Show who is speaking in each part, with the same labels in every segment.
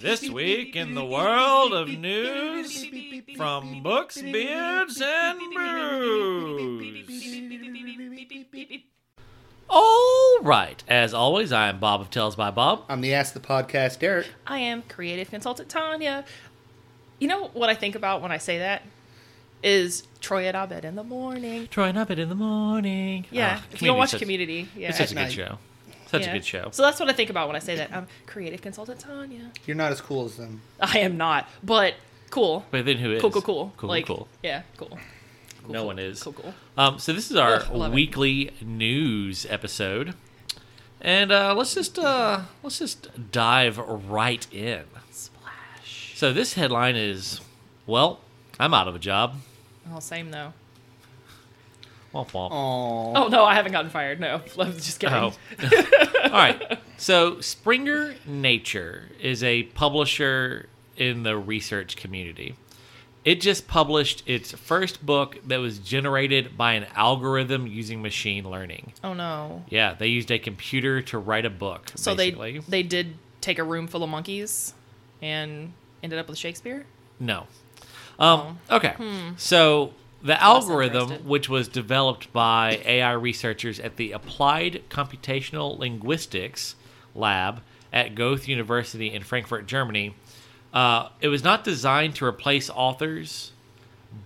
Speaker 1: This week in the world of news from books, beards, and brews. All right. As always, I am Bob of Tells by Bob.
Speaker 2: I'm the Ask the Podcast, Derek.
Speaker 3: I am creative consultant Tanya. You know what I think about when I say that is Troy and Abed in the morning.
Speaker 1: Trying up it in the morning. Ah,
Speaker 3: Yeah, if you don't
Speaker 1: Community's
Speaker 3: watch
Speaker 1: such-
Speaker 3: Community, yeah,
Speaker 1: It's such a
Speaker 2: At
Speaker 1: good
Speaker 2: night.
Speaker 1: show. Such
Speaker 3: Yeah.
Speaker 1: a good show.
Speaker 3: So that's what I think about when I say that. I'm creative consultant Tanya.
Speaker 2: You're not as cool as them.
Speaker 3: I am not, but cool,
Speaker 1: But then who is?
Speaker 3: cool, cool, cool,
Speaker 1: Cool,
Speaker 3: like,
Speaker 1: cool.
Speaker 3: Yeah, cool. Cool,
Speaker 1: No
Speaker 3: cool,
Speaker 1: one is.
Speaker 3: Cool, cool.
Speaker 1: Um, so this is our
Speaker 3: Ugh, love it.
Speaker 1: weekly news episode, and uh, let's just uh, let's just dive right in.
Speaker 3: Splash.
Speaker 1: So this headline is, well, I'm out of a job.
Speaker 3: Oh, same though.
Speaker 1: Womp womp.
Speaker 2: Aww.
Speaker 3: Oh no, I haven't gotten fired. No, just kidding.
Speaker 1: Oh. All right. So Springer Nature is a publisher in the research community. It just published its first book that was generated by an algorithm using machine learning.
Speaker 3: Oh no.
Speaker 1: Yeah, they used a computer to write a book.
Speaker 3: So
Speaker 1: basically.
Speaker 3: they they did take a room full of monkeys and ended up with Shakespeare.
Speaker 1: No. Um, Okay. So the algorithm,
Speaker 3: interested.
Speaker 1: which was developed by AI researchers at the Applied Computational Linguistics Lab at Goethe University in Frankfurt, Germany, uh, it was not designed to replace authors,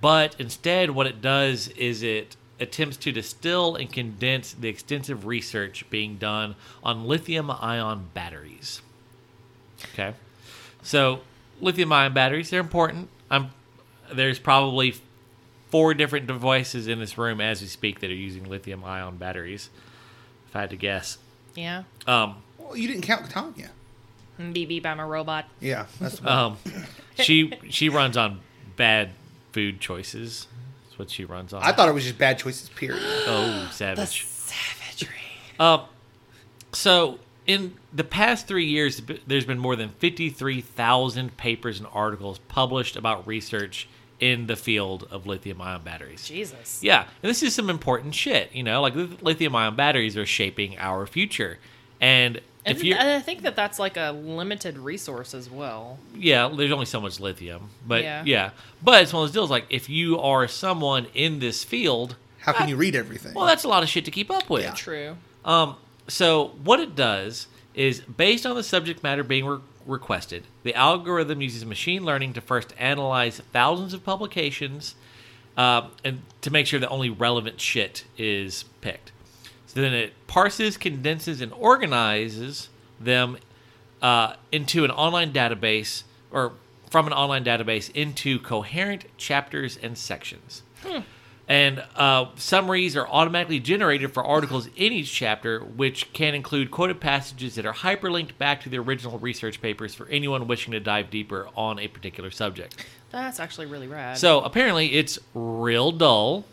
Speaker 1: but instead, what it does is it attempts to distill and condense the extensive research being done on lithium ion batteries. Okay. So lithium ion batteries, they're important. I'm there's probably four different devices in this room as we speak that are using lithium ion batteries. If I had to guess.
Speaker 3: Yeah.
Speaker 1: Um
Speaker 2: Well, Oh, you didn't count Tanya.
Speaker 3: Beep beep, I'm a robot.
Speaker 2: Yeah, that's the
Speaker 1: um she she runs on bad food choices. That's what she runs on.
Speaker 2: I thought it was just bad choices, period.
Speaker 1: oh savage.
Speaker 3: Savagery.
Speaker 1: Um, so in the past three years, b- there's been more than 53,000 papers and articles published about research in the field of lithium-ion batteries.
Speaker 3: Jesus.
Speaker 1: Yeah, and this is some important shit. You know, like lithium-ion batteries are shaping our future, and
Speaker 3: And uh,
Speaker 1: if you
Speaker 3: I think that that's like a limited resource as well.
Speaker 1: yeah, there's only so much lithium, but yeah.
Speaker 3: Yeah.
Speaker 1: but it's one of those deals. Like if you are someone in this field,
Speaker 2: How can you read everything?
Speaker 1: well, that's a lot of shit to keep up with.
Speaker 2: Yeah.
Speaker 3: True.
Speaker 1: Um, so what it does is, based on the subject matter being re- requested, the algorithm uses machine learning to first analyze thousands of publications, uh, and to make sure that only relevant shit is picked. So then it parses, condenses, and organizes them uh, into an online database, or from an online database into coherent chapters and sections and uh, summaries are automatically generated for articles in each chapter, which can include quoted passages that are hyperlinked back to the original research papers for anyone wishing to dive deeper on a particular subject.
Speaker 3: That's actually really rad.
Speaker 1: So apparently, it's real dull.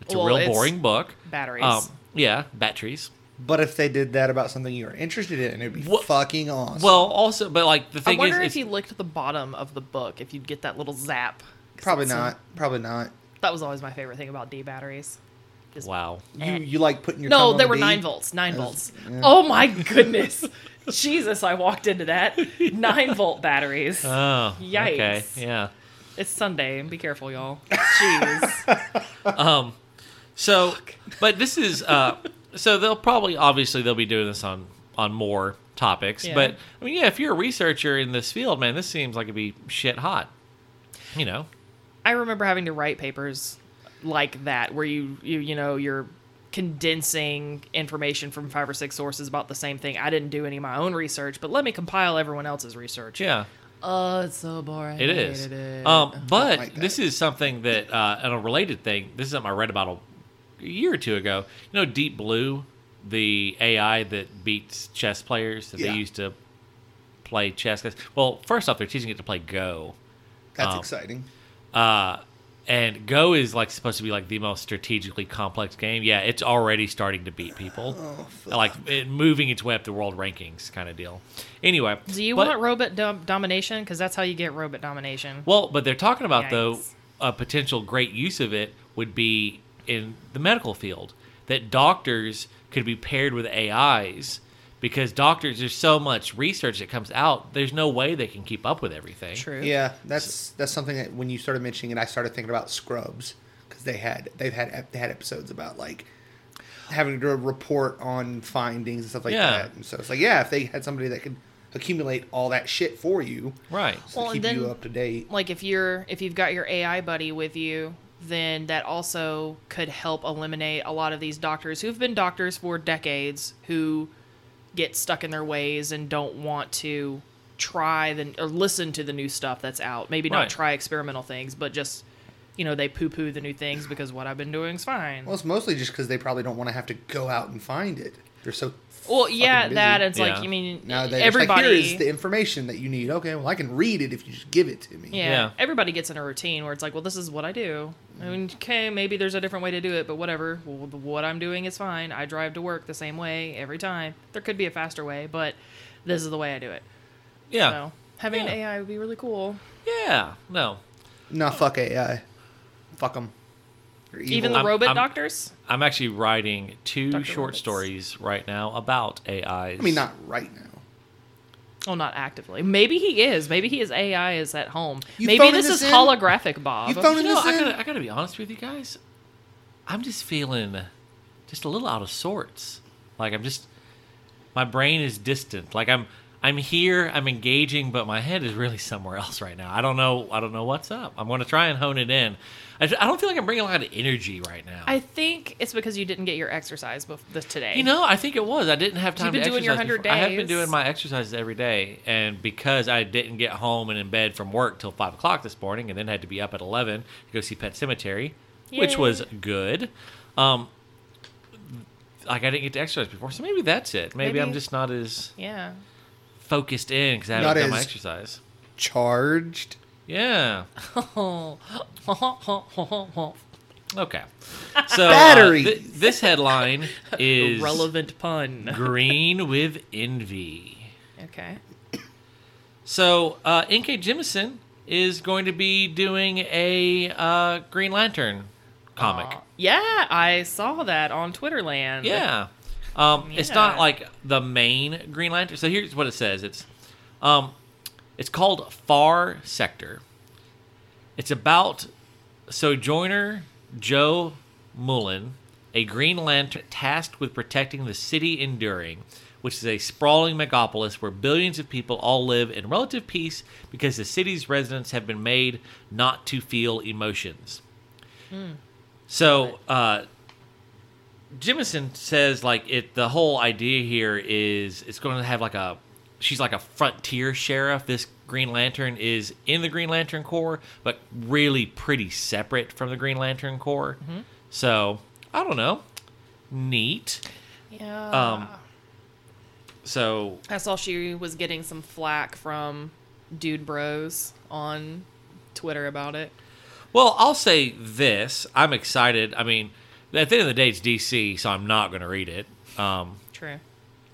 Speaker 1: It's
Speaker 3: Well,
Speaker 1: a real
Speaker 3: it's
Speaker 1: boring book.
Speaker 3: batteries.
Speaker 1: um, yeah, batteries.
Speaker 2: But if they did that about something you were interested in, it'd be
Speaker 1: Wha-
Speaker 2: fucking awesome.
Speaker 1: Well, also, but like the
Speaker 3: I
Speaker 1: thing is,
Speaker 3: wonder
Speaker 1: it's-
Speaker 3: if you looked at the bottom of the book if you'd get that little zap. 'Cause
Speaker 2: probably
Speaker 3: it's-
Speaker 2: not. Probably not.
Speaker 3: That was always my favorite thing about D batteries. Just
Speaker 1: wow,
Speaker 2: You you like putting your thumb
Speaker 3: No,
Speaker 2: on
Speaker 3: they
Speaker 2: the
Speaker 3: were
Speaker 2: D?
Speaker 3: nine volts. Nine
Speaker 2: That's-
Speaker 3: volts.
Speaker 2: yeah.
Speaker 3: Oh my goodness. Jesus, I walked into that. Nine volt batteries.
Speaker 1: oh,
Speaker 3: Yikes.
Speaker 1: okay, yeah.
Speaker 3: It's Sunday. Be careful, y'all. Jeez.
Speaker 1: So, but this is uh, so they'll probably obviously they'll be doing this on on more topics.
Speaker 3: Yeah.
Speaker 1: But I mean, yeah, if you're a researcher in this field, man, this seems like it'd be shit hot. You know,
Speaker 3: I remember having to write papers like that where you you you know you're condensing information from five or six sources about the same thing. I didn't do any of my own research, but let me compile everyone else's research.
Speaker 1: yeah,
Speaker 3: Oh, it's so boring.
Speaker 1: it
Speaker 3: I
Speaker 1: is.
Speaker 3: hated it.
Speaker 1: Um, but
Speaker 2: like that.
Speaker 1: this is something that uh, and a related thing. This is something I read about a year or two ago. You know, Deep Blue, the AI that beats chess players that
Speaker 2: Yeah.
Speaker 1: they used to play chess. Well, first off, they're teaching it to play Go.
Speaker 2: That's
Speaker 1: Um,
Speaker 2: exciting.
Speaker 1: Uh, and Go is like supposed to be like the most strategically complex game. Yeah, it's already starting to beat people, like it, moving its way up the world rankings, kind of deal. Anyway,
Speaker 3: do you
Speaker 1: but-
Speaker 3: want robot dom- domination? Because that's how you get robot domination.
Speaker 1: Well, but they're talking about though
Speaker 3: Yikes.
Speaker 1: a potential great use of it would be in the medical field that doctors could be paired with AIs because doctors, there's so much research that comes out. There's no way they can keep up with everything.
Speaker 3: True.
Speaker 2: Yeah, that's that's something that when you started mentioning it, I started thinking about Scrubs because they had they've had ep- they had episodes about like having to do a report on findings and stuff like
Speaker 1: Yeah.
Speaker 2: that. And so it's like, yeah, if they had somebody that could accumulate all that shit for you,
Speaker 1: Right.
Speaker 2: so
Speaker 3: Well,
Speaker 2: to
Speaker 3: and
Speaker 2: keep you
Speaker 3: then-
Speaker 2: up to date.
Speaker 3: Like if you're if you've got your AI buddy with you, then that also could help eliminate a lot of these doctors who've been doctors for decades who get stuck in their ways and don't want to try the or listen to the new stuff that's out. Maybe not
Speaker 1: Right.
Speaker 3: try experimental things, but just you know, they poo poo the new things because what I've been doing is fine.
Speaker 2: Well, it's mostly just because they probably don't want to have to go out and find it. They're so
Speaker 3: Well,
Speaker 2: fucking
Speaker 3: yeah,
Speaker 2: busy.
Speaker 3: that it's
Speaker 1: Yeah.
Speaker 3: like I mean,
Speaker 2: Now they everybody
Speaker 3: everybody.
Speaker 2: like, here is the information that you need. Okay, well I can read it if you just give it to me.
Speaker 3: yeah,
Speaker 1: Yeah. Mm-hmm.
Speaker 3: everybody gets in a routine where it's like, well, this is what I do. I mean, okay, maybe there's a different way to do it, but whatever. Well, the- what I'm doing is fine. I drive to work the same way every time. There could be a faster way, but this is the way I do it.
Speaker 1: Yeah.
Speaker 3: So having
Speaker 1: Yeah.
Speaker 3: an AI would be really cool.
Speaker 1: Yeah. No.
Speaker 2: No, fuck AI. Fuck them.
Speaker 3: Even the
Speaker 1: I'm-
Speaker 3: robot
Speaker 1: I'm-
Speaker 3: doctors.
Speaker 1: I'm actually writing two
Speaker 3: Dr.
Speaker 1: short
Speaker 3: Robots.
Speaker 1: stories right now about AIs.
Speaker 2: I mean, not right now.
Speaker 3: Oh, not actively. Maybe he is. Maybe he is AI is at home.
Speaker 2: You
Speaker 3: maybe
Speaker 2: phoning
Speaker 3: this
Speaker 2: this
Speaker 3: is
Speaker 2: in?
Speaker 3: holographic, Bob.
Speaker 2: You phoning
Speaker 1: You know,
Speaker 2: this
Speaker 1: I
Speaker 2: in?
Speaker 1: gotta, I gotta be honest with you guys. I'm just feeling just a little out of sorts. Like I'm just, my brain is distant. Like I'm, I'm here, I'm engaging, but my head is really somewhere else right now. I don't know, I don't know what's up. I'm gonna try and hone it in. I, I don't feel like I'm bringing a lot of energy right now.
Speaker 3: I think it's because you didn't get your exercise bef- this today.
Speaker 1: You know, I think it was. I didn't have time.
Speaker 3: been
Speaker 1: to
Speaker 3: doing your
Speaker 1: exercise
Speaker 3: 100
Speaker 1: before. I have been
Speaker 3: days.
Speaker 1: doing my exercises every day, and because I didn't get home and in bed from work till five o'clock this morning, and then had to be up at eleven to go see Pet Cemetery, which
Speaker 3: Yay.
Speaker 1: was good. Um, like I didn't get to exercise before, so maybe that's it. Maybe, I'm
Speaker 3: Maybe.
Speaker 1: just not as
Speaker 3: Yeah.
Speaker 1: focused in because I haven't
Speaker 2: Not
Speaker 1: done my
Speaker 2: as-
Speaker 1: exercise.
Speaker 2: Charged.
Speaker 1: Yeah. Okay. So uh,
Speaker 2: Batteries.
Speaker 1: thi- this headline is
Speaker 3: Relevant pun.
Speaker 1: Green with envy.
Speaker 3: Okay.
Speaker 1: So uh, N.K. Jemisin is going to be doing a uh, Green Lantern comic.
Speaker 3: Aw. Yeah, I saw that on Twitter land.
Speaker 1: Yeah. Um, It's
Speaker 3: Yeah.
Speaker 1: not like the main Green Lantern. So here's what it says. It's um, it's called Far Sector. It's about Sojourner Joe Mullen, a Green Lantern tasked with protecting the city Enduring, which is a sprawling megapolis where billions of people all live in relative peace because the city's residents have been made not to feel emotions. So, uh, Jimison says like it. The whole idea here is it's going to have like a. She's like a frontier sheriff. This Green Lantern is in the Green Lantern Corps, but really pretty separate from the Green Lantern Corps. So I don't know. Neat.
Speaker 3: Yeah.
Speaker 1: Um, So
Speaker 3: I saw she was getting some flack from dude bros on Twitter about it.
Speaker 1: Well, I'll say this: I'm excited. I mean, at the end of the day, it's DC, so I'm not going to read it. Um,
Speaker 3: True.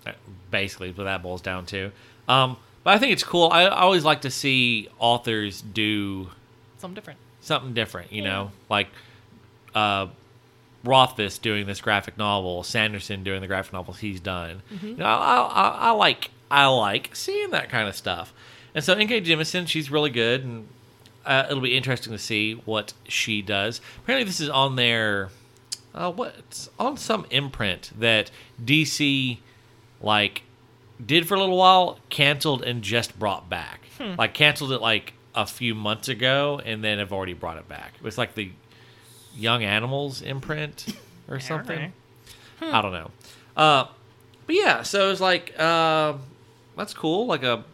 Speaker 1: that- basically, is what that boils down to. Um, but I think it's cool. I, I always like to see authors do
Speaker 3: Something different.
Speaker 1: something different. You know, like uh, Rothfuss doing this graphic novel, Sanderson doing the graphic novels he's done. You know, I, I, I- I like I like seeing that kind of stuff. And so N.K. Jemisin, she's really good, and uh, it'll be interesting to see what she does. Apparently, this is on their uh, what it's on some imprint that DC like did for a little while, canceled and just brought back. Like canceled it like a few months ago, and then have already brought it back. It was like the Young Animals imprint or something.
Speaker 3: right.
Speaker 1: I don't know. Uh, but yeah, so it's like uh, that's cool, like a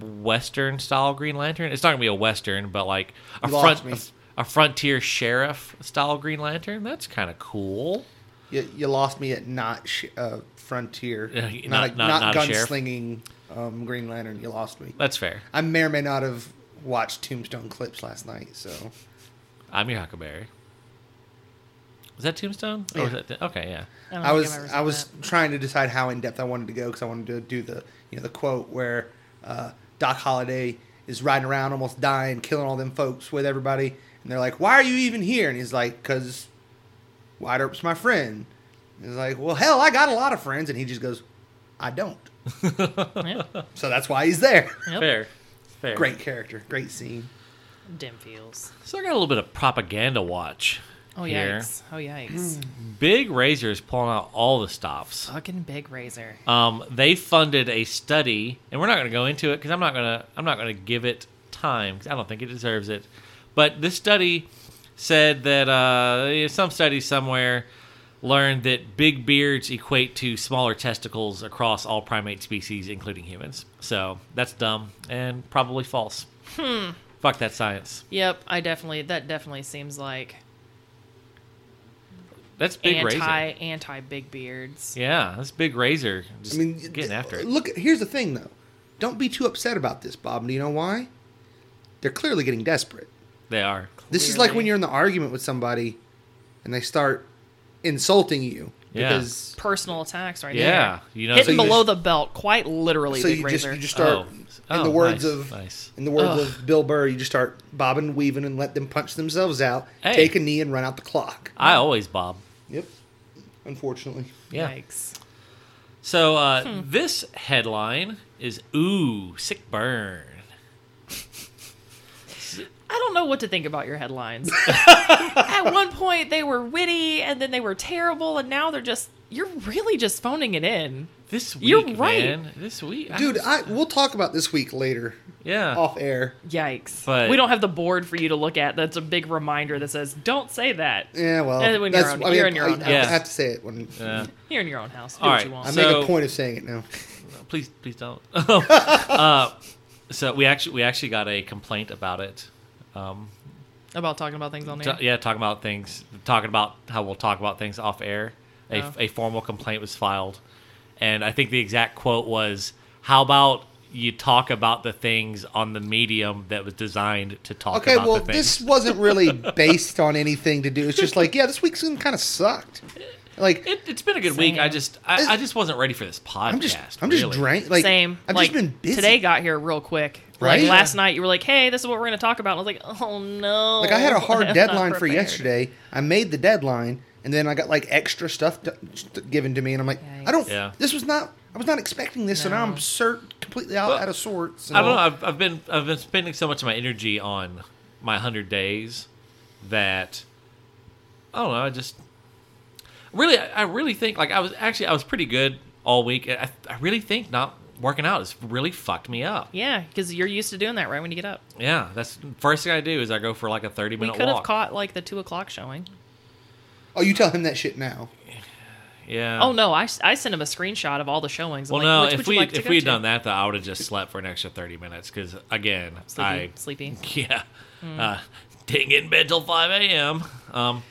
Speaker 1: Western style Green Lantern. It's not gonna be a Western, but like a
Speaker 2: You lost
Speaker 1: front
Speaker 2: me.
Speaker 1: a frontier sheriff style Green Lantern. That's kind of cool.
Speaker 2: You, you lost me at not sh- uh, frontier,
Speaker 1: Yeah, not-
Speaker 2: not a-
Speaker 1: not-
Speaker 2: not,
Speaker 1: not a sheriff.
Speaker 2: gunslinging um, Green Lantern. You lost me.
Speaker 1: That's fair.
Speaker 2: I may or may not have watched Tombstone clips last night. So
Speaker 1: I'm your Huckleberry. Was that Tombstone? Or was that, okay, yeah.
Speaker 3: I, don't
Speaker 2: I
Speaker 3: think
Speaker 2: was
Speaker 3: I've ever seen
Speaker 2: I was
Speaker 3: that.
Speaker 2: trying to decide how in depth I wanted to go because I wanted to do the you know the quote where uh, Doc Holliday is riding around almost dying, killing all them folks with everybody, and they're like, "Why are you even here?" And he's like, "Cause Wide Earp's my friend." And he's like, "Well, hell, I got a lot of friends," and he just goes, "I don't."
Speaker 3: Yeah.
Speaker 2: So that's why he's there.
Speaker 3: Yep.
Speaker 1: Fair. Fair.
Speaker 2: Great character, great scene.
Speaker 3: Dim feels.
Speaker 1: So I got a little bit of propaganda watch.
Speaker 3: Oh
Speaker 1: here.
Speaker 3: yikes! Oh yikes!
Speaker 1: Big Razor is pulling out all the stops.
Speaker 3: Fucking big razor.
Speaker 1: Um, they funded a study, and we're not going to go into it because I'm not going to I'm not going to give it time 'cause I don't think it deserves it. But this study said that uh, you know, some study somewhere learned that big beards equate to smaller testicles across all primate species, including humans. So that's dumb and probably false. Hmm. Fuck that science.
Speaker 3: Yep, I definitely. That definitely seems like
Speaker 1: That's big
Speaker 3: anti
Speaker 1: razor.
Speaker 3: anti big beards.
Speaker 1: Yeah, that's big razor. Just
Speaker 2: I mean,
Speaker 1: getting after it.
Speaker 2: Look, here's the thing though. Don't be too upset about this, Bob. Do you know why? They're clearly getting desperate.
Speaker 1: They are.
Speaker 2: This is like
Speaker 3: Clearly.
Speaker 2: when you're in the argument with somebody and they start insulting you
Speaker 1: Yeah.
Speaker 2: because
Speaker 3: Personal attacks, right
Speaker 1: Yeah,
Speaker 3: there.
Speaker 1: you know-
Speaker 3: hitting
Speaker 2: So you
Speaker 3: below
Speaker 2: just-
Speaker 3: the belt, quite literally.
Speaker 2: so
Speaker 3: big
Speaker 2: you just
Speaker 3: razor.
Speaker 2: you just start
Speaker 1: Oh.
Speaker 2: in
Speaker 1: Oh,
Speaker 2: the words
Speaker 1: nice,
Speaker 2: of
Speaker 1: nice.
Speaker 2: in the words of Bill Burr, you just start bobbing, weaving, and let them punch themselves out.
Speaker 1: Hey.
Speaker 2: Take a knee and run out the clock.
Speaker 1: I always bob.
Speaker 2: Yep. Unfortunately,
Speaker 1: Yeah.
Speaker 3: Yikes!
Speaker 1: So uh,
Speaker 3: Hmm.
Speaker 1: this headline is ooh sick burn.
Speaker 3: I don't know what to think about your headlines. At one point, they were witty, and then they were terrible, and now they're just. You're really just phoning it in.
Speaker 1: This week,
Speaker 3: You're right.
Speaker 1: man. This week,
Speaker 2: dude. oh. I we'll talk about this week later
Speaker 1: yeah.
Speaker 2: off air.
Speaker 3: Yikes!
Speaker 1: But-
Speaker 3: we don't have the board for you to look at. That's a big reminder that says, "Don't say that."
Speaker 2: Yeah, well,
Speaker 3: And when you're
Speaker 2: that's,
Speaker 3: on-
Speaker 2: I mean,
Speaker 3: you're on your
Speaker 2: I-
Speaker 3: own
Speaker 2: I,
Speaker 1: house.
Speaker 2: have to say it when
Speaker 1: Yeah.
Speaker 3: You're in your own house. Do
Speaker 1: All
Speaker 3: what
Speaker 1: right.
Speaker 3: you want.
Speaker 2: I
Speaker 1: I'm-
Speaker 2: make
Speaker 1: So-
Speaker 2: a point of saying it now.
Speaker 1: please, please don't. uh, so we actually we actually got a complaint about it. Um,
Speaker 3: about talking about things on
Speaker 1: t-
Speaker 3: there.
Speaker 1: yeah, talking about things, talking about how we'll talk about things off air. A,
Speaker 3: Oh.
Speaker 1: a formal complaint was filed, and I think the exact quote was, "How about you talk about the things on the medium that was designed to talk
Speaker 2: Okay,
Speaker 1: about
Speaker 2: well,
Speaker 1: the things?"
Speaker 2: this wasn't really based on anything to do. It's just like, yeah, this week's kind of sucked. Like,
Speaker 1: It, it's been a good week. I
Speaker 3: Same.
Speaker 1: just I, I just wasn't ready for this podcast.
Speaker 2: I'm just, I'm just
Speaker 1: really.
Speaker 2: drained. Like,
Speaker 3: Same.
Speaker 2: I've just
Speaker 3: like,
Speaker 2: been busy.
Speaker 3: Today got here real quick.
Speaker 2: Right?
Speaker 3: Like last night, you were like, "Hey, this is what we're going to talk about." And I was like, "Oh no!"
Speaker 2: like, I had a hard
Speaker 3: I'm not
Speaker 2: deadline for
Speaker 3: prepared."
Speaker 2: yesterday. I made the deadline, and then I got like extra stuff d- st- given to me, and I'm like, I don't.
Speaker 1: Yikes. Yeah.
Speaker 2: This was not. I was not expecting this, and
Speaker 3: No.
Speaker 2: I'm cert- completely out,
Speaker 1: Well,
Speaker 2: out of sorts.
Speaker 1: I don't know.
Speaker 2: and-
Speaker 1: I've, I've been I've been spending so much of my energy on my hundred days that I don't know. I just really I I really think like I was actually I was pretty good all week. I, I really think not working out has really fucked me up.
Speaker 3: Yeah, because you're used to doing that right when you get up.
Speaker 1: Yeah, that's first thing I do is I go for like a thirty
Speaker 3: We
Speaker 1: minute
Speaker 3: could have
Speaker 1: walk.
Speaker 3: caught like the two o'clock showing.
Speaker 2: Oh, you tell him that shit now.
Speaker 1: yeah.
Speaker 3: Oh no, I, s- I sent him a screenshot of all the showings. I'm
Speaker 1: Well,
Speaker 3: like,
Speaker 1: no.
Speaker 3: Which
Speaker 1: If
Speaker 3: would you
Speaker 1: we
Speaker 3: like to
Speaker 1: if
Speaker 3: go
Speaker 1: we had
Speaker 3: to?"
Speaker 1: done that, though, I would have just slept for an extra thirty minutes. Because again,
Speaker 3: sleepy,
Speaker 1: I
Speaker 3: sleepy.
Speaker 1: Yeah. Uh, didn't get in bed till 5 a.m. Um,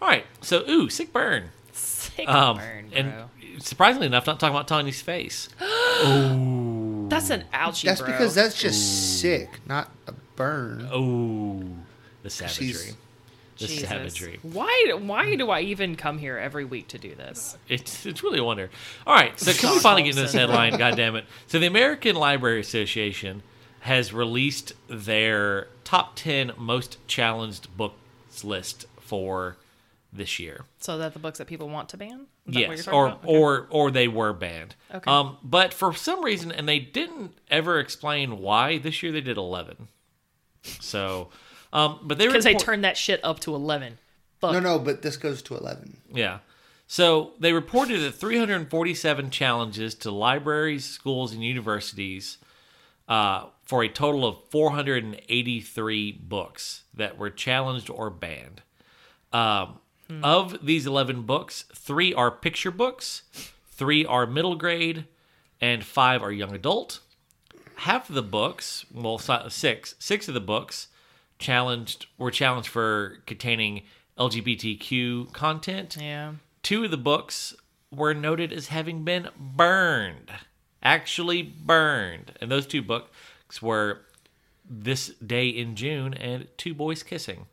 Speaker 1: all right. So, ooh, sick burn.
Speaker 3: Sick
Speaker 1: Um,
Speaker 3: burn, bro.
Speaker 1: and surprisingly enough, not talking about Tanya's face.
Speaker 3: that's an ouchie.
Speaker 2: That's
Speaker 3: bro.
Speaker 2: because that's just sick, not a burn.
Speaker 1: Oh, the savagery.
Speaker 2: She's-
Speaker 1: the
Speaker 3: Jesus.
Speaker 1: savagery.
Speaker 3: Why why do I even come here every week to do this?
Speaker 1: It's it's really a wonder. All right, so can we
Speaker 3: Stockholm
Speaker 1: finally get into this
Speaker 3: syndrome.
Speaker 1: headline? God damn it! So the American Library Association has released their top ten most challenged books list for this year.
Speaker 3: So that the books that people want to ban. Is that what you're
Speaker 1: Yes,
Speaker 3: talking
Speaker 1: or
Speaker 3: about? Okay.
Speaker 1: or or they were banned.
Speaker 3: Okay.
Speaker 1: Um, but for some reason, and they didn't ever explain why. This year they did eleven. So, um, but they
Speaker 3: because they
Speaker 1: report-
Speaker 3: turned that shit up to 11 fuck
Speaker 2: No, no, but this goes to eleven.
Speaker 1: Yeah. So they reported that 347 challenges to libraries, schools, and universities uh, for a total of 483 books that were challenged or banned. Um, Of these 11 books, three are picture books, three are middle grade, and five are young adult. Half of the books, well, si- six, six of the books challenged were challenged for containing LGBTQ content.
Speaker 3: yeah
Speaker 1: Two of the books were noted as having been burned, actually burned. And those two books were This Day in June and Two Boys Kissing.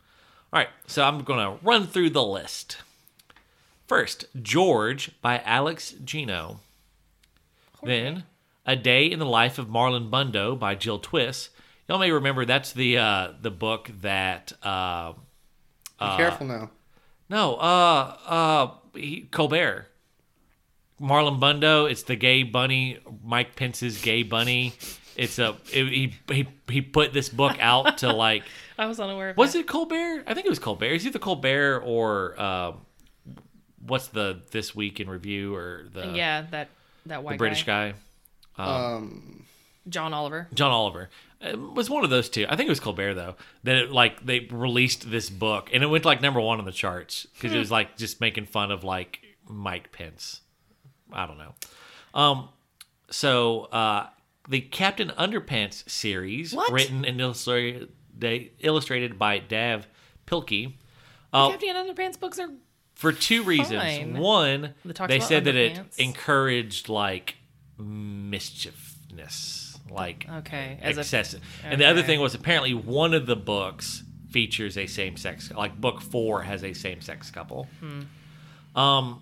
Speaker 1: All right, so I'm going to run through the list. First, George by Alex Gino. Then, A Day in the Life of Marlon Bundo by Jill Twiss. Y'all may remember that's the uh, the book that uh, Ah.
Speaker 2: Be careful now.
Speaker 1: no, uh, uh, he, Colbert. Marlon Bundo. It's the gay bunny, Mike Pence's gay bunny. It's a it, he he he put this book out to like
Speaker 3: I was unaware. Of
Speaker 1: was
Speaker 3: that.
Speaker 1: it Colbert? I think it was Colbert. It's either Colbert or um, what's the this week in review or the
Speaker 3: yeah, that that white
Speaker 1: the British guy
Speaker 2: Um,
Speaker 3: John Oliver.
Speaker 1: John Oliver. It was one of those two. I think it was Colbert though. That it, like they released this book and it went like number one on the charts because
Speaker 3: Hmm.
Speaker 1: it was like just making fun of like Mike Pence. I don't know. Um, so uh, the Captain Underpants series,
Speaker 3: What?
Speaker 1: written and illustrated illustrated by Dav Pilkey,
Speaker 3: Oh. Captain Underpants books are
Speaker 1: for two reasons.
Speaker 3: Fine.
Speaker 1: One,
Speaker 3: That talks
Speaker 1: they
Speaker 3: about
Speaker 1: said that it
Speaker 3: underpants.
Speaker 1: encouraged like mischiefness, like
Speaker 3: okay as a
Speaker 1: excessive. And the other
Speaker 3: okay.
Speaker 1: thing was apparently one of the books features a same sex, like book four has a same sex couple. Um,
Speaker 3: Hmm.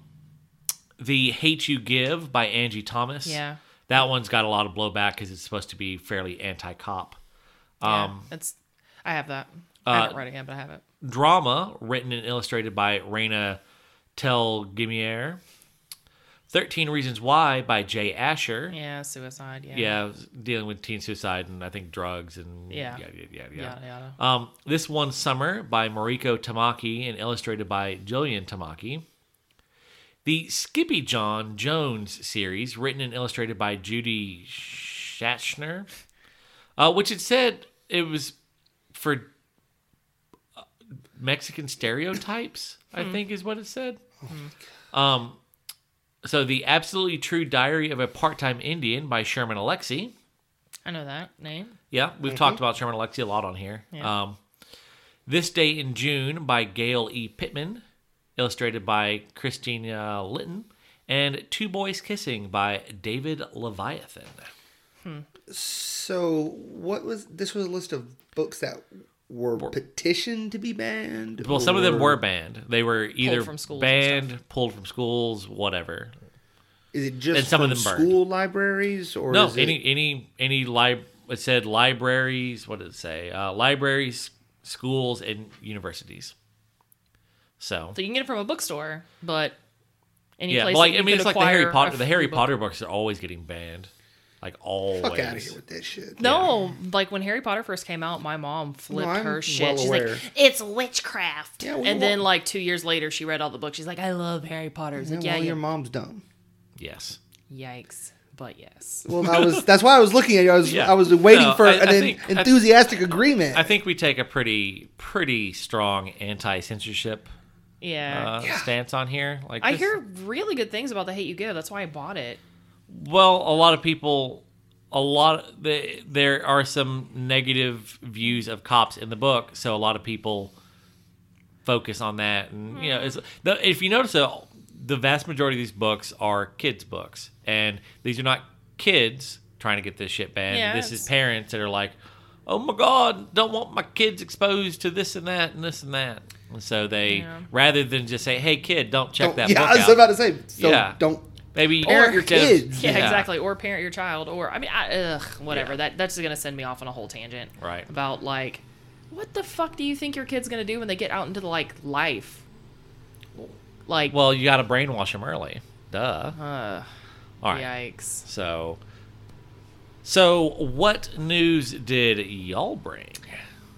Speaker 1: the Hate You Give by Angie Thomas.
Speaker 3: Yeah.
Speaker 1: that one's got a lot of blowback because it's supposed to be fairly anti-cop.
Speaker 3: yeah,
Speaker 1: um,
Speaker 3: that's I have that.
Speaker 1: uh,
Speaker 3: I haven't read it yet, but I have it.
Speaker 1: drama written and illustrated by Raina Tel Gimier. 13 Reasons Why by Jay Asher. Yeah.
Speaker 3: Yeah, suicide. Yeah.
Speaker 1: dealing with teen suicide and I think drugs and
Speaker 3: Yeah.
Speaker 1: yada, yada, yada,
Speaker 3: Yada,
Speaker 1: yada.
Speaker 3: yada.
Speaker 1: Um, this One Summer by Mariko Tamaki and illustrated by Jillian Tamaki. The Skippy John Jones series, written and illustrated by Judy Shatner, uh, which it said it was for uh, Mexican stereotypes, I think is what it said. Um, so, The Absolutely True Diary of a Part Time Indian by Sherman Alexie.
Speaker 3: I know that name.
Speaker 1: Yeah, we've talked about Sherman Alexie a lot on here.
Speaker 3: Yeah.
Speaker 1: Um, this Day in June by Gail E. Pittman, illustrated by Christina Litton, and Two Boys Kissing by David Leviathan.
Speaker 2: so what was this? Was a list of books that were petitioned to be banned.
Speaker 1: Well, some of them
Speaker 2: or-
Speaker 1: were banned. They were either
Speaker 3: from schools and
Speaker 1: banned, pulled from schools, whatever.
Speaker 2: Is it just
Speaker 1: and some of
Speaker 2: from
Speaker 1: them burned.
Speaker 2: school libraries or
Speaker 1: No,
Speaker 2: is it-
Speaker 1: any any any lib. It said libraries. What did it say? Uh, libraries, schools, and universities. So
Speaker 3: So you can get it from a bookstore, but any
Speaker 1: yeah,
Speaker 3: place
Speaker 1: but like
Speaker 3: that
Speaker 1: I
Speaker 3: you
Speaker 1: mean, it's
Speaker 3: could
Speaker 1: like the Harry
Speaker 3: acquire
Speaker 1: Potter.
Speaker 3: a
Speaker 1: The Harry
Speaker 3: free book.
Speaker 1: Potter books are always getting banned, like always.
Speaker 2: fuck out of here with that shit?
Speaker 3: No, like when Harry Potter first came out, my mom flipped
Speaker 2: No, I'm
Speaker 3: her
Speaker 2: well
Speaker 3: shit. She's
Speaker 2: aware.
Speaker 3: like, "It's witchcraft."
Speaker 2: Yeah,
Speaker 3: Yeah,
Speaker 2: well,
Speaker 3: and
Speaker 2: your
Speaker 3: then
Speaker 2: mom-
Speaker 3: like two years later, she read all the books. She's like, "I love Harry Potter." It's
Speaker 2: Yeah,
Speaker 3: like, yeah,
Speaker 2: well,
Speaker 3: yeah.
Speaker 2: your mom's dumb.
Speaker 1: Yes.
Speaker 3: yikes, but yes.
Speaker 2: Well, I was. That's why I was looking at you. I was.
Speaker 1: Yeah.
Speaker 2: I was waiting
Speaker 1: No,
Speaker 2: for
Speaker 1: I-
Speaker 2: an
Speaker 1: I think- I-
Speaker 2: enthusiastic agreement.
Speaker 1: I think we take a pretty pretty strong anti censorship
Speaker 3: Yeah,
Speaker 1: uh, stance on here. Like
Speaker 3: I
Speaker 1: this-
Speaker 3: hear really good things about the Hate You Give. That's why I bought it.
Speaker 1: Well, a lot of people, a lot the, there are some negative views of cops in the book, so a lot of people focus on that. And you know, it's, the, if you notice, though, the vast majority of these books are kids' books, and these are not kids trying to get this shit banned.
Speaker 3: Yeah,
Speaker 1: this is
Speaker 3: it's-
Speaker 1: parents that are like, "Oh my god, don't want my kids exposed to this and that and this and that." And so they,
Speaker 3: Yeah.
Speaker 1: rather than just say, "Hey, kid, don't check
Speaker 2: Don't-
Speaker 1: that
Speaker 2: yeah,
Speaker 1: book
Speaker 2: I was
Speaker 1: out,"
Speaker 2: about to say. So
Speaker 1: Yeah.
Speaker 2: don't.
Speaker 1: maybe
Speaker 2: Parent your
Speaker 1: just-
Speaker 2: kids.
Speaker 3: Yeah, exactly. Or parent your child, or I mean, I, ugh, whatever.
Speaker 1: Yeah.
Speaker 3: That that's gonna send me off on a whole tangent,
Speaker 1: Right.
Speaker 3: About like, what the fuck do you think your kid's gonna do when they get out into the like life? Like,
Speaker 1: Well, you got to brainwash them early. Duh.
Speaker 3: uh,
Speaker 1: All right.
Speaker 3: yikes.
Speaker 1: So, so what news did y'all bring?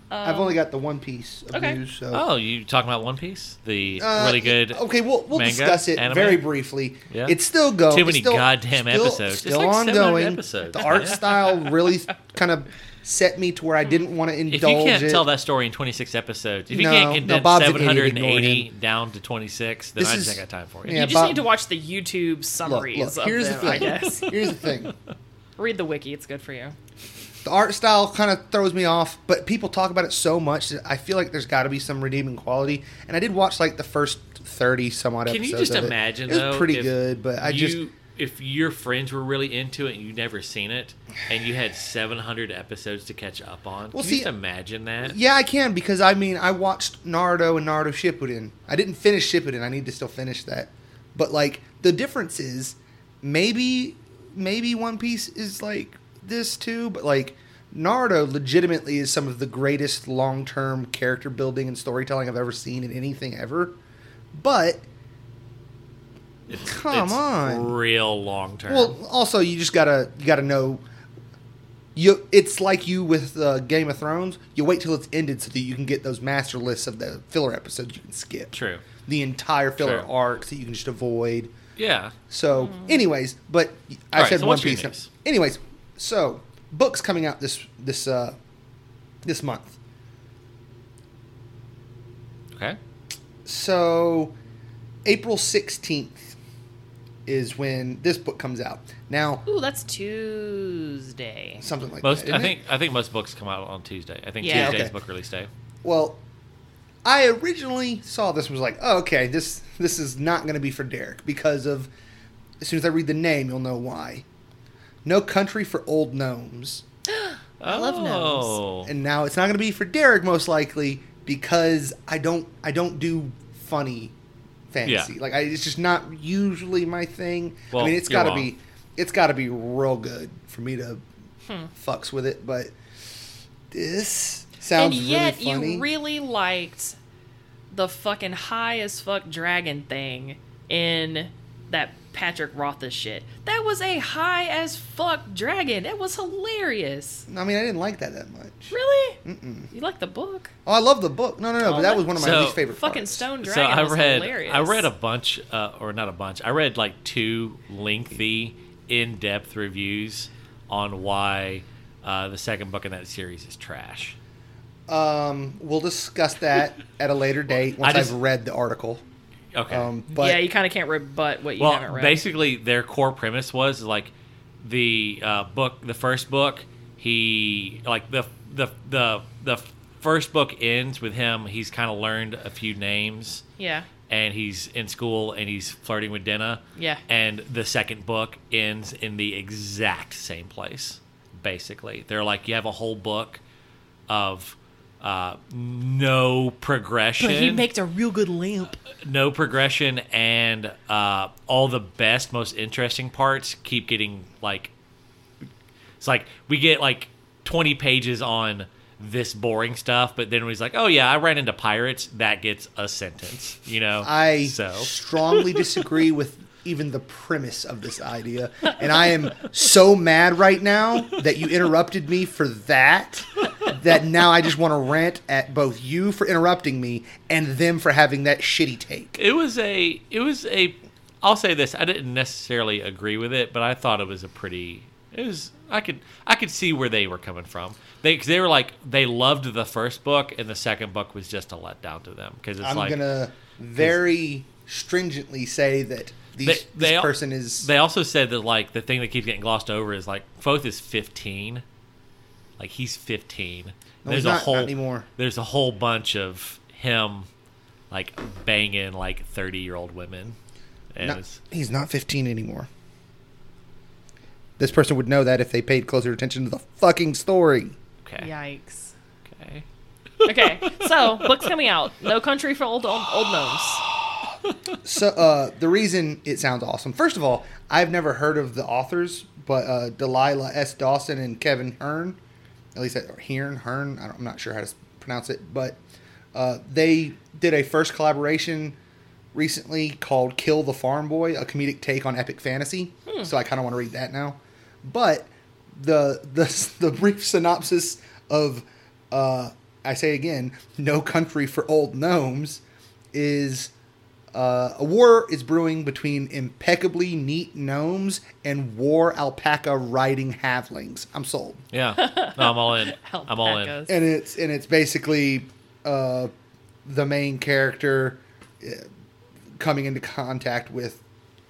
Speaker 2: I've only got the one piece of
Speaker 3: Um, okay.
Speaker 2: news. So.
Speaker 1: Oh, you talking about One Piece? The
Speaker 2: Uh,
Speaker 1: really good.
Speaker 2: Okay, we'll we'll
Speaker 1: manga,
Speaker 2: discuss it
Speaker 1: anime?
Speaker 2: very briefly.
Speaker 1: Yeah.
Speaker 2: It's still going.
Speaker 1: Too many
Speaker 2: it's still,
Speaker 1: goddamn
Speaker 2: still-
Speaker 1: episodes. It's
Speaker 2: Still
Speaker 1: like 700
Speaker 2: ongoing.
Speaker 1: episodes,
Speaker 2: The
Speaker 1: man.
Speaker 2: art style really kind of set me to where I didn't want to indulge.
Speaker 1: If you can't
Speaker 2: it.
Speaker 1: tell that story in 26 episodes, if you
Speaker 2: No,
Speaker 1: can't
Speaker 2: no,
Speaker 1: condense
Speaker 2: Bob's an idiot, ignore
Speaker 1: 780 down to 26, then
Speaker 2: This
Speaker 1: I just
Speaker 2: is-
Speaker 1: ain't got time for it.
Speaker 2: yeah,
Speaker 3: You just
Speaker 2: Bob-
Speaker 3: need to watch the YouTube
Speaker 2: look,
Speaker 3: summaries.
Speaker 2: look,
Speaker 3: of
Speaker 2: here's the
Speaker 3: them,
Speaker 2: thing.
Speaker 3: I guess.
Speaker 2: Here's the thing.
Speaker 3: Read the wiki; it's good for you.
Speaker 2: The art style kind of throws me off, but people talk about it so much that I feel like there's got to be some redeeming quality. And I did watch like the first thirty some odd.
Speaker 1: Can you
Speaker 2: episodes
Speaker 1: just
Speaker 2: of it.
Speaker 1: imagine?
Speaker 2: It was
Speaker 1: though,
Speaker 2: pretty
Speaker 1: if
Speaker 2: good, but I
Speaker 1: you,
Speaker 2: just
Speaker 1: if your friends were really into it and you never seen it, and you had 700 episodes to catch up on, can
Speaker 2: Well, see-
Speaker 1: you just imagine that?
Speaker 2: Yeah, I can because I mean I watched Naruto and Naruto Shippuden. I didn't finish Shippuden. I need to still finish that. But like the difference is maybe maybe One Piece is like this too, but like Naruto legitimately is some of the greatest long-term character building and storytelling I've ever seen in anything ever. But
Speaker 1: It's,
Speaker 2: Come
Speaker 1: it's
Speaker 2: on.
Speaker 1: real long term.
Speaker 2: Well, also you just gotta you gotta know. You it's like you with uh, Game of Thrones. You wait till it's ended so that you can get those master lists of the filler episodes you can skip.
Speaker 1: True.
Speaker 2: The entire filler
Speaker 1: True.
Speaker 2: arcs that you can just avoid.
Speaker 1: yeah.
Speaker 2: So, anyways, but I
Speaker 1: All right,
Speaker 2: said
Speaker 1: so
Speaker 2: One
Speaker 1: what's your
Speaker 2: Piece.
Speaker 1: news?
Speaker 2: Anyways, so books coming out this this uh this month.
Speaker 1: Okay.
Speaker 2: So, April sixteenth is when this book comes out. Now,
Speaker 3: Ooh, that's Tuesday.
Speaker 2: something like
Speaker 1: Most
Speaker 2: that,
Speaker 1: I
Speaker 2: isn't it?
Speaker 1: think I think most books come out on Tuesday. I think
Speaker 3: Yeah.
Speaker 1: Tuesday's
Speaker 2: Okay.
Speaker 1: book release day.
Speaker 2: Well, I originally saw this and was like, oh, okay, this this is not going to be for Derek because of as soon as I read the name, you'll know why. No Country for Old Gnomes,
Speaker 1: I
Speaker 3: love
Speaker 1: oh.
Speaker 2: and now it's not going to be for Derek most likely because I don't I don't do funny fantasy.
Speaker 1: Yeah.
Speaker 2: Like I, it's just not usually my thing.
Speaker 1: Well,
Speaker 2: I mean, it's
Speaker 1: you're
Speaker 2: got to
Speaker 1: wrong.
Speaker 2: be it's got to be real good for me to fucks with it, but this
Speaker 3: Hmm. and
Speaker 2: sounds
Speaker 3: yet
Speaker 2: really funny.
Speaker 3: you really liked the fucking high as fuck dragon thing in that Patrick Rotha shit. That was a high as fuck dragon. That was hilarious.
Speaker 2: I mean, I didn't like that that much.
Speaker 3: Really? Mm-mm. You like the book?
Speaker 2: Oh, I love the book. No, no, no.
Speaker 3: Oh,
Speaker 2: but that
Speaker 3: what?
Speaker 2: was one of my
Speaker 1: So-
Speaker 2: least favorite.
Speaker 3: Fucking
Speaker 2: parts.
Speaker 3: Stone
Speaker 1: So
Speaker 3: Dragon.
Speaker 1: I
Speaker 3: was
Speaker 1: read
Speaker 3: hilarious.
Speaker 1: I read a bunch uh, or not a bunch. I read like two lengthy, in-depth reviews on why uh, the second book in that series is trash.
Speaker 2: Um, we'll discuss that at a later date once
Speaker 1: just-
Speaker 2: I've read the article.
Speaker 1: Okay.
Speaker 2: Um, but
Speaker 3: yeah, you kind of can't rebut what you haven't
Speaker 1: well,
Speaker 3: read.
Speaker 1: basically, their core premise was like the uh, book, the first book. He like the the the the first book ends with him. He's kind of learned a few names,
Speaker 3: yeah.
Speaker 1: and he's in school and he's flirting with Denna.
Speaker 3: Yeah.
Speaker 1: And the second book ends in the exact same place. Basically, they're like you have a whole book of uh, no progression
Speaker 3: a real good lamp.
Speaker 1: no progression and uh, all the best most interesting parts keep getting like it's like we get like 20 pages on this boring stuff but then he's like oh yeah i ran into pirates that gets a sentence you know
Speaker 2: I
Speaker 1: so
Speaker 2: strongly disagree with even the premise of this idea, and I am so mad right now that you interrupted me for that. That now I just want to rant at both you for interrupting me and them for having that shitty take.
Speaker 1: it was a it was a i'll say this i didn't necessarily agree with it but i thought it was a pretty it was i could i could see where they were coming from they cause they were like they loved the first book and the second book was just a letdown to them because it's
Speaker 2: I'm
Speaker 1: like
Speaker 2: gonna very stringently say that these,
Speaker 1: They- they
Speaker 2: this
Speaker 1: al-
Speaker 2: person is
Speaker 1: They also said that like the thing that keeps getting glossed over is like Foth is fifteen, like he's fifteen.
Speaker 2: No, he's
Speaker 1: there's
Speaker 2: not-
Speaker 1: a
Speaker 2: not
Speaker 1: whole
Speaker 2: anymore.
Speaker 1: there's a whole bunch of him like banging like thirty year old women. And
Speaker 2: not-
Speaker 1: it's-
Speaker 2: he's not 15 anymore. This person would know that if they paid closer attention to the fucking story.
Speaker 1: okay,
Speaker 3: Yikes.
Speaker 1: okay.
Speaker 3: Okay, so book's coming out. No Country for Old Old, old Gnomes.
Speaker 2: So uh, the reason it sounds awesome, first of all, I've never heard of the authors, but uh, Delilah S. Dawson and Kevin Hearn, at least that- or Hearn Hearn, I don't, I'm not sure how to s- pronounce it, but uh, they did a first collaboration recently called "Kill the Farm Boy," a comedic take on epic fantasy. So I kind of want to read that now, but the the the brief synopsis of uh, I say again, "No Country for Old Gnomes" is. Uh, a war is brewing between impeccably neat gnomes and war alpaca riding halflings. I'm sold,
Speaker 1: Yeah, no, I'm all in. I'm all in.
Speaker 3: Alpacas.
Speaker 2: and it's and it's basically uh, the main character uh, coming into contact with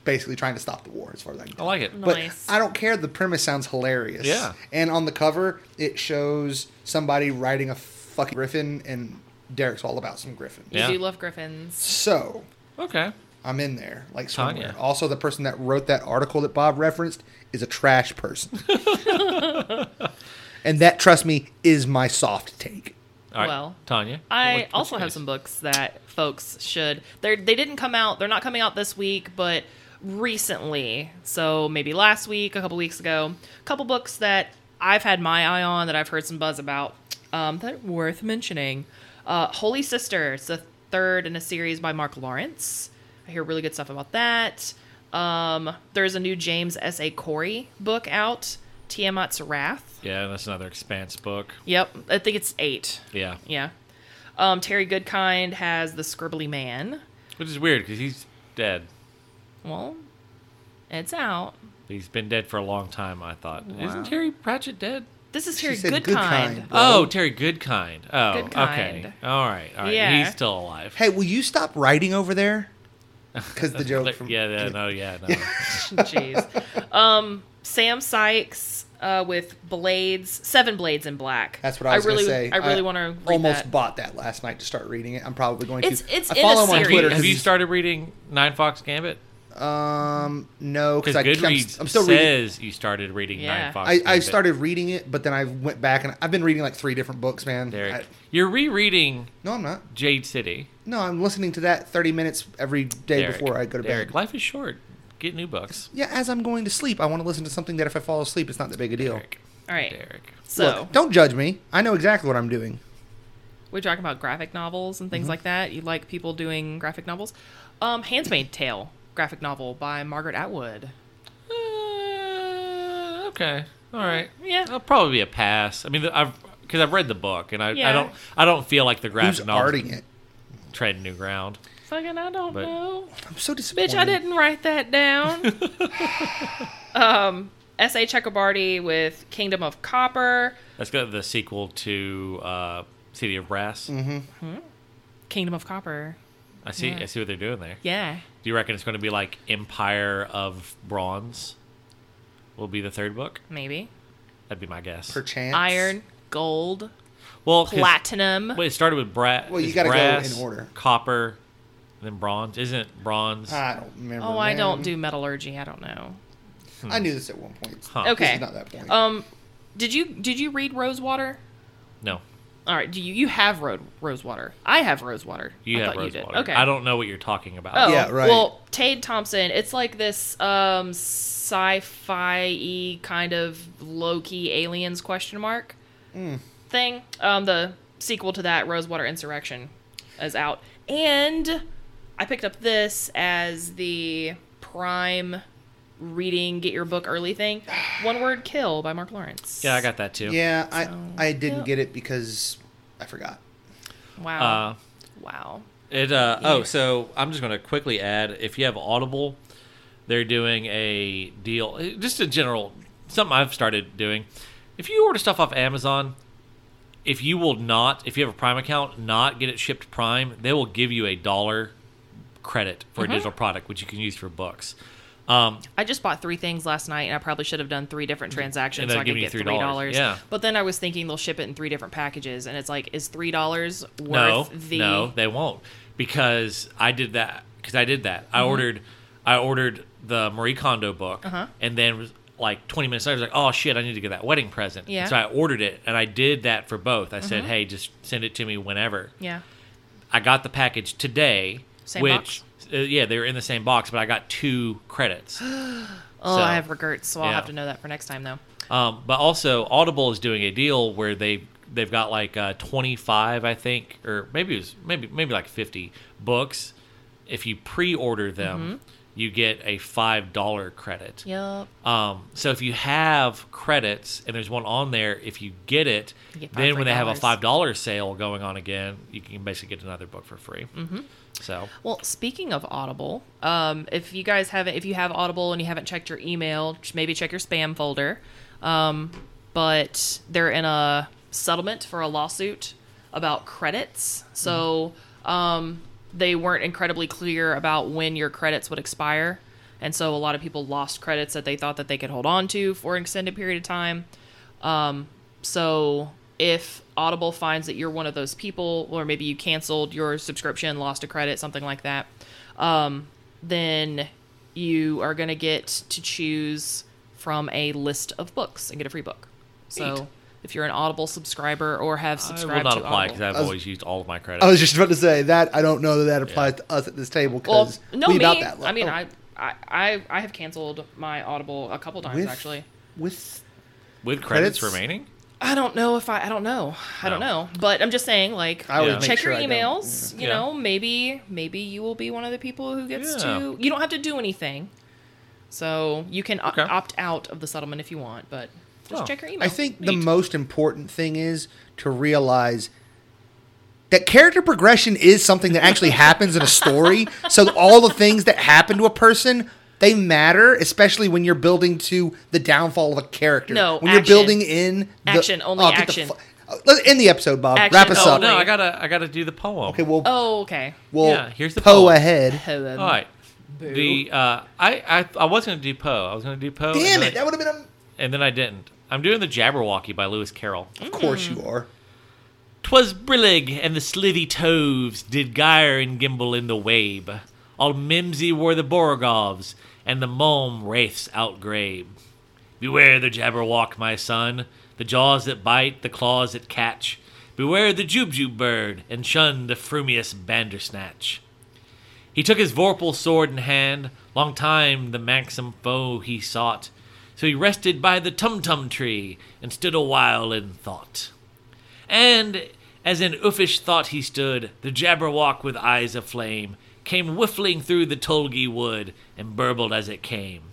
Speaker 2: basically trying to stop the war. As far as I can
Speaker 1: I
Speaker 2: tell,
Speaker 1: like it.
Speaker 3: No.
Speaker 2: but
Speaker 3: Nice.
Speaker 2: I don't care. The premise sounds hilarious.
Speaker 1: Yeah.
Speaker 2: and on the cover it shows somebody riding a fucking griffin, and Derek's all about some griffin.
Speaker 1: Yeah.
Speaker 3: You do love Griffins.
Speaker 2: So
Speaker 1: Okay,
Speaker 2: I'm in there, like somewhere.
Speaker 1: Tanya.
Speaker 2: Also, the person that wrote that article that Bob referenced is a trash person, and that, trust me, is my soft take.
Speaker 1: all right.
Speaker 3: Well,
Speaker 1: Tanya,
Speaker 3: I
Speaker 1: what-
Speaker 3: also
Speaker 1: what's
Speaker 3: have
Speaker 1: yours?
Speaker 3: some books that folks should. They they didn't come out. They're not coming out this week, but recently, so maybe last week, a couple weeks ago, a couple books that I've had my eye on that I've heard some buzz about um, that are worth mentioning. Uh, Holy Sister. It's the third in a series by Mark Lawrence. I hear really good stuff about that. Um, there's a new James S. A. Corey book out, Tiamat's Wrath.
Speaker 1: Yeah, that's another Expanse book.
Speaker 3: Yep, I think it's eight.
Speaker 1: Yeah,
Speaker 3: Yeah. Um, Terry Goodkind has The Scribbly Man.
Speaker 1: which is weird because he's dead.
Speaker 3: Well, it's out.
Speaker 1: He's been dead for a long time. I thought.
Speaker 3: Wow.
Speaker 1: Isn't Terry Pratchett dead?
Speaker 3: This is
Speaker 2: She
Speaker 3: Terry
Speaker 2: said
Speaker 3: Goodkind.
Speaker 2: Goodkind.
Speaker 1: Oh,
Speaker 2: Well-
Speaker 1: Terry Goodkind. Oh, okay.
Speaker 3: Goodkind.
Speaker 1: All right, all right.
Speaker 3: Yeah.
Speaker 1: He's still alive.
Speaker 2: Hey, will you stop writing over there? Because the joke from
Speaker 1: yeah, yeah, no, yeah, no.
Speaker 3: Jeez. Um, Sam Sykes uh, with Blades, Seven Blades in Black.
Speaker 2: That's what I was
Speaker 3: really,
Speaker 2: gonna say.
Speaker 3: I really want to read
Speaker 2: almost
Speaker 3: that.
Speaker 2: bought that last night to start reading it. I'm probably going
Speaker 3: It's-
Speaker 2: to.
Speaker 3: it's
Speaker 2: I
Speaker 3: in a
Speaker 2: follow him on
Speaker 3: series.
Speaker 2: Twitter. 'cause
Speaker 1: Have you
Speaker 2: he's-
Speaker 1: started reading Nine Fox Gambit?
Speaker 2: Um, no, because
Speaker 1: Because
Speaker 2: I
Speaker 1: Goodreads
Speaker 2: I'm, I'm still reading.
Speaker 1: says you started reading
Speaker 3: Yeah.
Speaker 1: Nine Fox.
Speaker 2: I, I
Speaker 1: Gambit.
Speaker 2: started reading it, but then I went back and I've been reading like three different books, man.
Speaker 1: Derek,
Speaker 2: I-
Speaker 1: you're rereading
Speaker 2: no, I'm not.
Speaker 1: Jade City.
Speaker 2: No, I'm listening to that 30 minutes every day
Speaker 1: Derek,
Speaker 2: before I go to
Speaker 1: Derek,
Speaker 2: bed.
Speaker 1: life is short. Get new books.
Speaker 2: Yeah, as I'm going to sleep, I want to listen to something that if I fall asleep, it's not that big a deal.
Speaker 1: Derek.
Speaker 3: All right.
Speaker 1: Derek.
Speaker 3: So
Speaker 2: Look, don't judge me. I know exactly what I'm doing.
Speaker 3: we're talking about graphic novels and things
Speaker 2: Mm-hmm.
Speaker 3: like that. You like people doing graphic novels? Um, Handmaid's Tale graphic novel by Margaret Atwood.
Speaker 1: Uh, okay. All right.
Speaker 3: Yeah.
Speaker 1: I'll probably be a pass. I mean, I've because I've read the book and I, I
Speaker 3: Yeah.
Speaker 1: don't I don't feel like the
Speaker 2: Who's
Speaker 1: graphic novel
Speaker 2: arting it?
Speaker 1: treading new ground.
Speaker 3: Fucking, I don't
Speaker 1: But-
Speaker 3: know.
Speaker 2: I'm so disappointed.
Speaker 3: Bitch, I didn't write that down. um, S.A. Chakrabarty with Kingdom of Copper,
Speaker 1: That's got the sequel to uh, City of Brass.
Speaker 2: Mm-hmm.
Speaker 3: Kingdom of Copper.
Speaker 1: I see.
Speaker 3: Yeah.
Speaker 1: I see what they're doing there.
Speaker 3: Yeah.
Speaker 1: Do you reckon it's going to be like Empire of Bronze? Will be the third book.
Speaker 3: Maybe.
Speaker 1: That'd be my guess.
Speaker 2: Perchance.
Speaker 3: Iron, gold,
Speaker 1: well, 'cause-
Speaker 3: platinum.
Speaker 1: Well, it started with brass.
Speaker 2: Well, you
Speaker 1: got
Speaker 2: gotta
Speaker 1: to
Speaker 2: go in order.
Speaker 1: Copper, then bronze. Isn't bronze?
Speaker 2: I don't remember.
Speaker 3: Oh, I don't
Speaker 2: man.
Speaker 3: do metallurgy. I don't know.
Speaker 2: I knew this at one point.
Speaker 1: Huh.
Speaker 2: This
Speaker 3: Okay.
Speaker 2: is not that point.
Speaker 3: Um, did you did you read Rosewater?
Speaker 1: no,
Speaker 3: All right. Do you you have road Rosewater? I have Rosewater.
Speaker 1: you
Speaker 3: I
Speaker 1: have
Speaker 3: thought
Speaker 1: rosewater.
Speaker 3: did. Okay.
Speaker 1: I don't know what you're talking about.
Speaker 3: Oh,
Speaker 2: Yeah, right.
Speaker 3: Well, Tade Thompson. It's like this um sci-fi y kind of low key aliens question mark
Speaker 2: Mm.
Speaker 3: thing. Um, the sequel to that Rosewater Insurrection is out, and I picked up this as the prime reading get your book early thing. One word kill by Mark Lawrence.
Speaker 1: Yeah, I got that too.
Speaker 2: yeah, I
Speaker 3: so,
Speaker 2: I didn't
Speaker 3: yeah.
Speaker 2: get it because I forgot.
Speaker 3: Wow.
Speaker 1: Uh,
Speaker 3: wow.
Speaker 1: It uh oh, so I'm just gonna quickly add if you have Audible, they're doing a deal eh, just a general something I've started doing. If you order stuff off Amazon, if you will not if you have a Prime account, not get it shipped Prime, they will give you a dollar credit for
Speaker 3: Mm-hmm.
Speaker 1: a digital product which you can use for books. Um,
Speaker 3: I just bought three things last night, and I probably should have done three different transactions
Speaker 1: And
Speaker 3: so
Speaker 1: they'll
Speaker 3: I
Speaker 1: give
Speaker 3: could
Speaker 1: you
Speaker 3: get three
Speaker 1: $3.
Speaker 3: dollars.
Speaker 1: Yeah.
Speaker 3: But then I was thinking they'll ship it in three different packages, and it's like, is three dollars worth
Speaker 1: no,
Speaker 3: the?
Speaker 1: no, they won't because I did that because I did that. I ordered, I ordered the Marie Kondo book,
Speaker 3: Mm-hmm. Uh-huh.
Speaker 1: and then was like 20 minutes later, I was like, oh shit, I need to get that wedding present.
Speaker 3: Yeah. Mm-hmm.
Speaker 1: So I ordered it, and I did that for both. I said, hey, just send it to me whenever.
Speaker 3: Yeah.
Speaker 1: I got the package today,
Speaker 3: Same
Speaker 1: which
Speaker 3: box?
Speaker 1: Uh, yeah, they were in the same box, but I got two credits.
Speaker 3: Oh,
Speaker 1: So-
Speaker 3: I have regrets, so I'll
Speaker 1: yeah.
Speaker 3: have to know that for next time, though.
Speaker 1: Um, but also, Audible is doing a deal where they they've got like uh, 25, I think, or maybe it was maybe maybe like 50 books. If you pre-order them,
Speaker 3: Mm-hmm.
Speaker 1: you get a five dollar credit.
Speaker 3: Yep.
Speaker 1: Um, so if you have credits and there's one on there, if you get it,
Speaker 3: You get five
Speaker 1: then when
Speaker 3: free
Speaker 1: they have a
Speaker 3: dollars.
Speaker 1: five dollar sale going on again, you can basically get another book for free. Mm-hmm. So
Speaker 3: Well, speaking of Audible, um, if you guys haven't, if you have Audible and you haven't checked your email, just maybe check your spam folder. Um, but they're in a settlement for a lawsuit about credits, so
Speaker 1: Mm-hmm.
Speaker 3: um, they weren't incredibly clear about when your credits would expire, and so a lot of people lost credits that they thought that they could hold on to for an extended period of time. Um, so if Audible finds that you're one of those people, or maybe you canceled your subscription, lost a credit, something like that, um, then you are going to get to choose from a list of books and get a free book. So
Speaker 1: Neat.
Speaker 3: if you're an Audible subscriber or have
Speaker 1: I will
Speaker 3: subscribed
Speaker 1: not
Speaker 3: to
Speaker 1: apply
Speaker 3: Audible,
Speaker 1: because I've
Speaker 2: was-
Speaker 1: always used all of my credits.
Speaker 2: I was just about to say that I don't know that that applies to us at this table
Speaker 3: well,
Speaker 2: because
Speaker 3: no,
Speaker 2: we
Speaker 3: me.
Speaker 2: about that. low.
Speaker 3: I mean,
Speaker 2: Oh,
Speaker 3: I, I, I, I have canceled my Audible a couple times
Speaker 2: with,
Speaker 3: actually.
Speaker 2: with
Speaker 1: With credits,
Speaker 2: Credits?
Speaker 1: remaining,
Speaker 3: I don't know if I I don't know. I don't
Speaker 1: No.
Speaker 3: know. But I'm just saying like
Speaker 2: I would
Speaker 1: Yeah.
Speaker 2: make
Speaker 3: check
Speaker 2: sure
Speaker 3: your
Speaker 2: I don't.
Speaker 3: emails, you
Speaker 1: Yeah.
Speaker 3: know, maybe maybe you will be one of the people who gets
Speaker 1: Yeah.
Speaker 3: to you don't have to do anything. So you can o-
Speaker 1: Okay.
Speaker 3: opt out of the settlement if you want, but just
Speaker 1: Oh.
Speaker 3: check your email.
Speaker 2: I think the
Speaker 3: Neat.
Speaker 2: most important thing is to realize that character progression is something that actually happens in a story. So all the things that happen to a person, they matter, especially when you're building to the downfall of a character.
Speaker 3: No,
Speaker 2: when
Speaker 3: action.
Speaker 2: you're building in the,
Speaker 3: Action, only
Speaker 2: Oh, get the
Speaker 3: action.
Speaker 2: fu- oh, let's end the episode, Bob.
Speaker 3: Action
Speaker 2: Wrap us
Speaker 1: Oh
Speaker 2: up.
Speaker 1: no, I gotta I gotta do the poem.
Speaker 2: Okay, we'll
Speaker 3: Oh, okay.
Speaker 2: we'll
Speaker 1: Yeah, here's the
Speaker 2: Poe
Speaker 1: poem.
Speaker 2: ahead.
Speaker 3: Poem.
Speaker 1: All right.
Speaker 3: Boo.
Speaker 1: The uh, I, I I was gonna do Poe. I was gonna do
Speaker 3: Oh,
Speaker 1: Poe.
Speaker 2: Damn
Speaker 1: and
Speaker 2: it,
Speaker 1: then
Speaker 2: that
Speaker 1: I,
Speaker 2: would have been. A,
Speaker 1: and then I didn't. I'm doing the Jabberwocky by Lewis Carroll.
Speaker 2: of course
Speaker 3: Mm-hmm.
Speaker 2: you are.
Speaker 1: Twas brillig, and the slithy toves did gyre and gimble in the wabe. All mimsy were the borogovs, and the mome wraiths outgrabe. Beware the jabberwock, my son, the jaws that bite, the claws that catch. Beware the jubjub bird, and shun the frumious bandersnatch. He took his vorpal sword in hand, long time the maxim foe he sought. So he rested by the tumtum tree, and stood awhile in thought. And as in uffish thought he stood, the Jabberwock with eyes aflame came whiffling through the Tolgi wood and burbled as it came.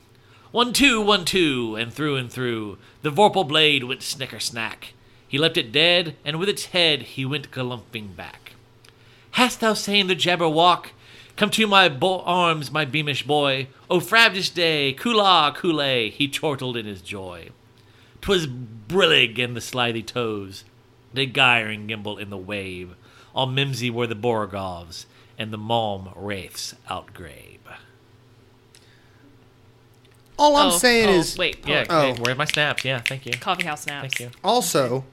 Speaker 1: One two, one two, and through and through the vorpal blade went snicker snack. He leapt it dead, and with its head he went galumphing back. Hast thou seen the Jabberwock? Come to my bo- arms, my beamish boy. O frabjous day, kula, kule, he chortled in his joy. 'Twas brillig and the slithy toves did gyre and gimble in the wave. All mimsy were the borogovs, and the malm wraiths outgrabe.
Speaker 2: All I'm
Speaker 3: Oh,
Speaker 2: saying
Speaker 3: oh,
Speaker 2: is
Speaker 3: wait, poem.
Speaker 1: Yeah,
Speaker 2: Oh.
Speaker 1: okay, where are my snaps? Yeah, thank you.
Speaker 3: Coffee house snaps.
Speaker 1: Thank you.
Speaker 2: also.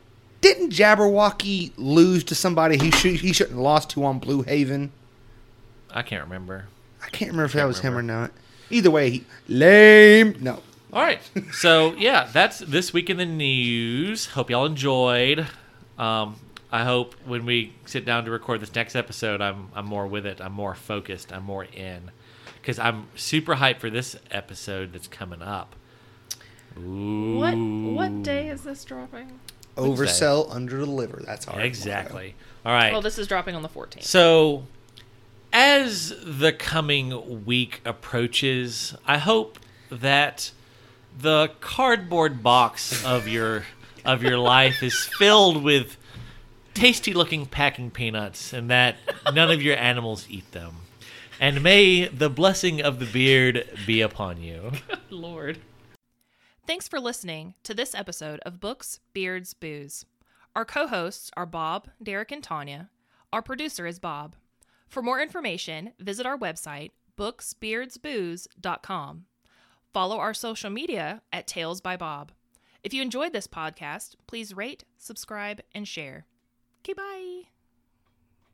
Speaker 2: Didn't Jabberwocky lose to somebody he should he shouldn't have lost to on Blue Haven?
Speaker 1: I can't remember.
Speaker 2: I can't remember if that was him
Speaker 1: remember.
Speaker 2: or not. Either way, he lame. No,
Speaker 1: All right. So, yeah, that's this week in the news. Hope y'all enjoyed. Um, I hope when we sit down to record this next episode, I'm, I'm more with it. I'm more focused. I'm more in. Because I'm super hyped for this episode that's coming up. Ooh.
Speaker 3: What what day is this dropping?
Speaker 2: oversell, underdeliver. That's all.
Speaker 1: Exactly. All right.
Speaker 3: Well, this is dropping on the 14th.
Speaker 1: So, as the coming week approaches, I hope that the cardboard box of your of your life is filled with tasty looking packing peanuts and that none of your animals eat them. And may the blessing of the beard be upon you.
Speaker 3: Lord. Thanks for listening to this episode of Books, Beards, Booze. Our co hosts are Bob, Derek, and Tanya. Our producer is Bob. For more information, visit our website, booksbeardsbooze.com. Follow our social media at Tales by Bob. If you enjoyed this podcast, please rate, subscribe, and share. Okay, bye.